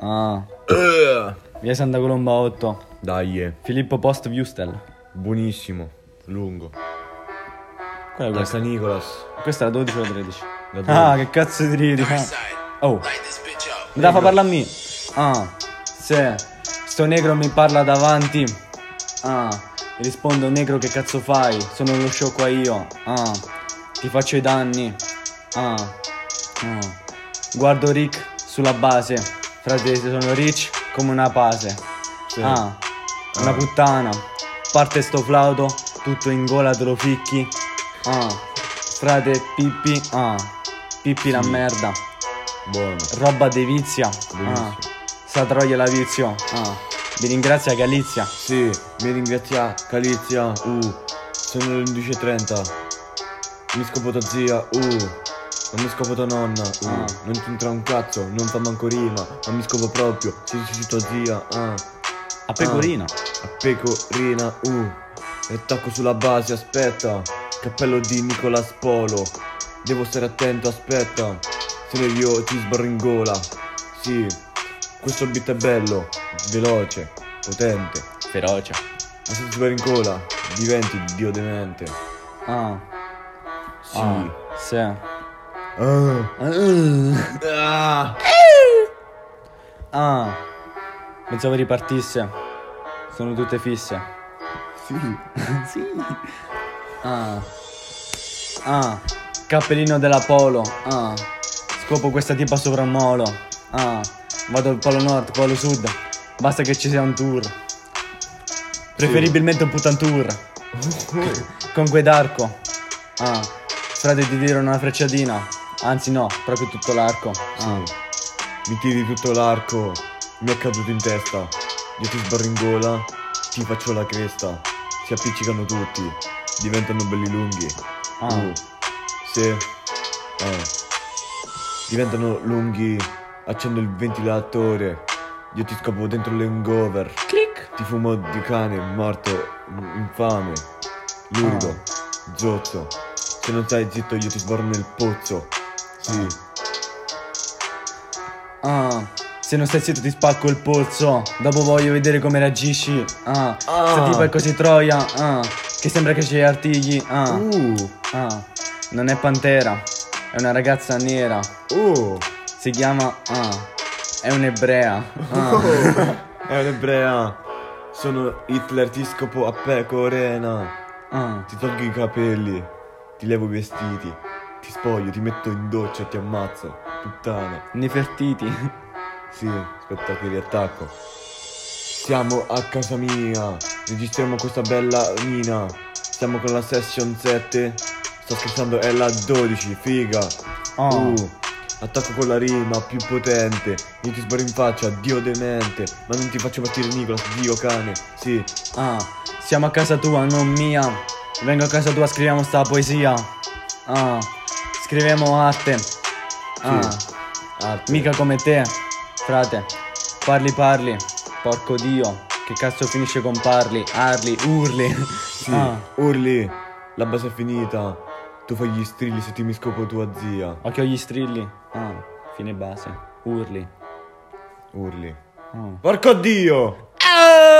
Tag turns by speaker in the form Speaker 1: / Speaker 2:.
Speaker 1: Ah,
Speaker 2: Eh.
Speaker 1: via Santa Colomba 8.
Speaker 2: Dai, eh.
Speaker 1: Filippo Post Viustel.
Speaker 2: buonissimo. Lungo.
Speaker 1: Qual è
Speaker 2: Da
Speaker 1: questa?
Speaker 2: San Nicolas.
Speaker 1: Questa è la 12 o la 13?
Speaker 2: La
Speaker 1: Ah, che cazzo di ridi?
Speaker 3: Dark
Speaker 1: ah.
Speaker 3: side.
Speaker 1: Oh,
Speaker 3: Light this bitch up.
Speaker 1: mi da fa parlare a me. Ah, se sto negro mi parla davanti. Ah, rispondo negro che cazzo fai? Sono lo sciocco a io. Ah, ti faccio i danni. Ah, ah. guardo Rick sulla base. Frate, sono rich come una pase. Ah, una puttana. Parte sto flauto, tutto in gola te lo ficchi. Ah, frate Pippi. Ah, Pippi la merda.
Speaker 2: Buono.
Speaker 1: Roba di vizia.
Speaker 2: Benissimo.
Speaker 1: Ah. Sa troia la vizio. Ah. Vi ringrazia Galizia.
Speaker 2: Sì, mi ringrazia Calizia. Uh, sono le 11.30. Mi scopo tua zia. Uh, non mi scopo tua nonna. Uh,
Speaker 1: Ah.
Speaker 2: non c'entra un cazzo. Non fa manco rima. Ma mi scopo proprio. Sì, sì, sì, tua zia. Ah,
Speaker 1: A pecorino.
Speaker 2: a pecorina. Uh, e tacco sulla base. Aspetta. Cappello di Nicolas Polo. Devo stare attento. Aspetta. Se no io ti sbarro in gola. Sì, questo beat è bello. Veloce, potente.
Speaker 1: Feroce.
Speaker 2: Ma se ti pari in cola, diventi dio demente.
Speaker 1: Ah.
Speaker 2: Sì.
Speaker 1: Ah. Sì.
Speaker 2: Ah.
Speaker 1: Ah. Pensavo ripartisse. Sono tutte fisse. Sì. sì. Ah. Ah. Cappellino della Polo. Ah. Scopo questa tipa sopra un molo. Ah. Vado al polo nord, polo sud. Basta che ci sia un tour. Preferibilmente un puttan tour. Con quei d'arco. Ah. Frate ti tiro una frecciatina. Anzi no, proprio tutto l'arco. Ah.
Speaker 2: Mi tiri tutto l'arco, mi è caduto in testa. Io ti sbarro in gola, ti faccio la cresta. Si appiccicano tutti, diventano belli lunghi.
Speaker 1: Ah.
Speaker 2: Uh, Sì. Ah. Diventano lunghi, accendo il ventilatore. Io ti scopo dentro le hangover.
Speaker 1: Clic.
Speaker 2: Ti fumo di cane, morto, m- infame, lurido,
Speaker 1: Ah.
Speaker 2: zozzo. Se non stai zitto io ti sborno nel pozzo. Sì,
Speaker 1: Ah, se non stai zitto ti spacco il polso. Dopo voglio vedere come reagisci. Ah,
Speaker 2: Ah.
Speaker 1: se tipo è così troia. Ah, che sembra che ci artigli. Ah,
Speaker 2: Uh,
Speaker 1: ah, non è pantera, è una ragazza nera.
Speaker 2: oh,
Speaker 1: Si chiama. Ah, è un'ebrea. Ah,
Speaker 2: è un'ebrea. Eh, Sono Hitler, ti scopo a pecorena.
Speaker 1: ah,
Speaker 2: Ti tolgo i capelli, ti levo i vestiti, ti spoglio, ti metto in doccia e ti ammazzo. Puttana.
Speaker 1: Nefertiti.
Speaker 2: Sì, aspetta che riattacco. Siamo a casa mia, registriamo questa bella mina. Siamo con la session 7. Sto scherzando, è la 12, figa.
Speaker 1: Oh.
Speaker 2: Uh, attacco con la rima più potente. Io ti sbarro in faccia, dio demente. Ma non ti faccio partire Nicolas, dio cane. Sì,
Speaker 1: Ah, siamo a casa tua, non mia. Vengo a casa tua, scriviamo sta poesia. Ah, scriviamo arte. Ah.
Speaker 2: arte.
Speaker 1: Mica come te, frate. Parli, parli. Porco dio. Che cazzo finisce con parli? Arli, urli.
Speaker 2: Sì,
Speaker 1: Ah,
Speaker 2: urli. La base è finita. Tu fai gli strilli se ti mi scopo tua zia.
Speaker 1: occhio agli strilli. Ah, fine base. Urli.
Speaker 2: Urli.
Speaker 1: Ah.
Speaker 2: Porco dio!
Speaker 1: Ah!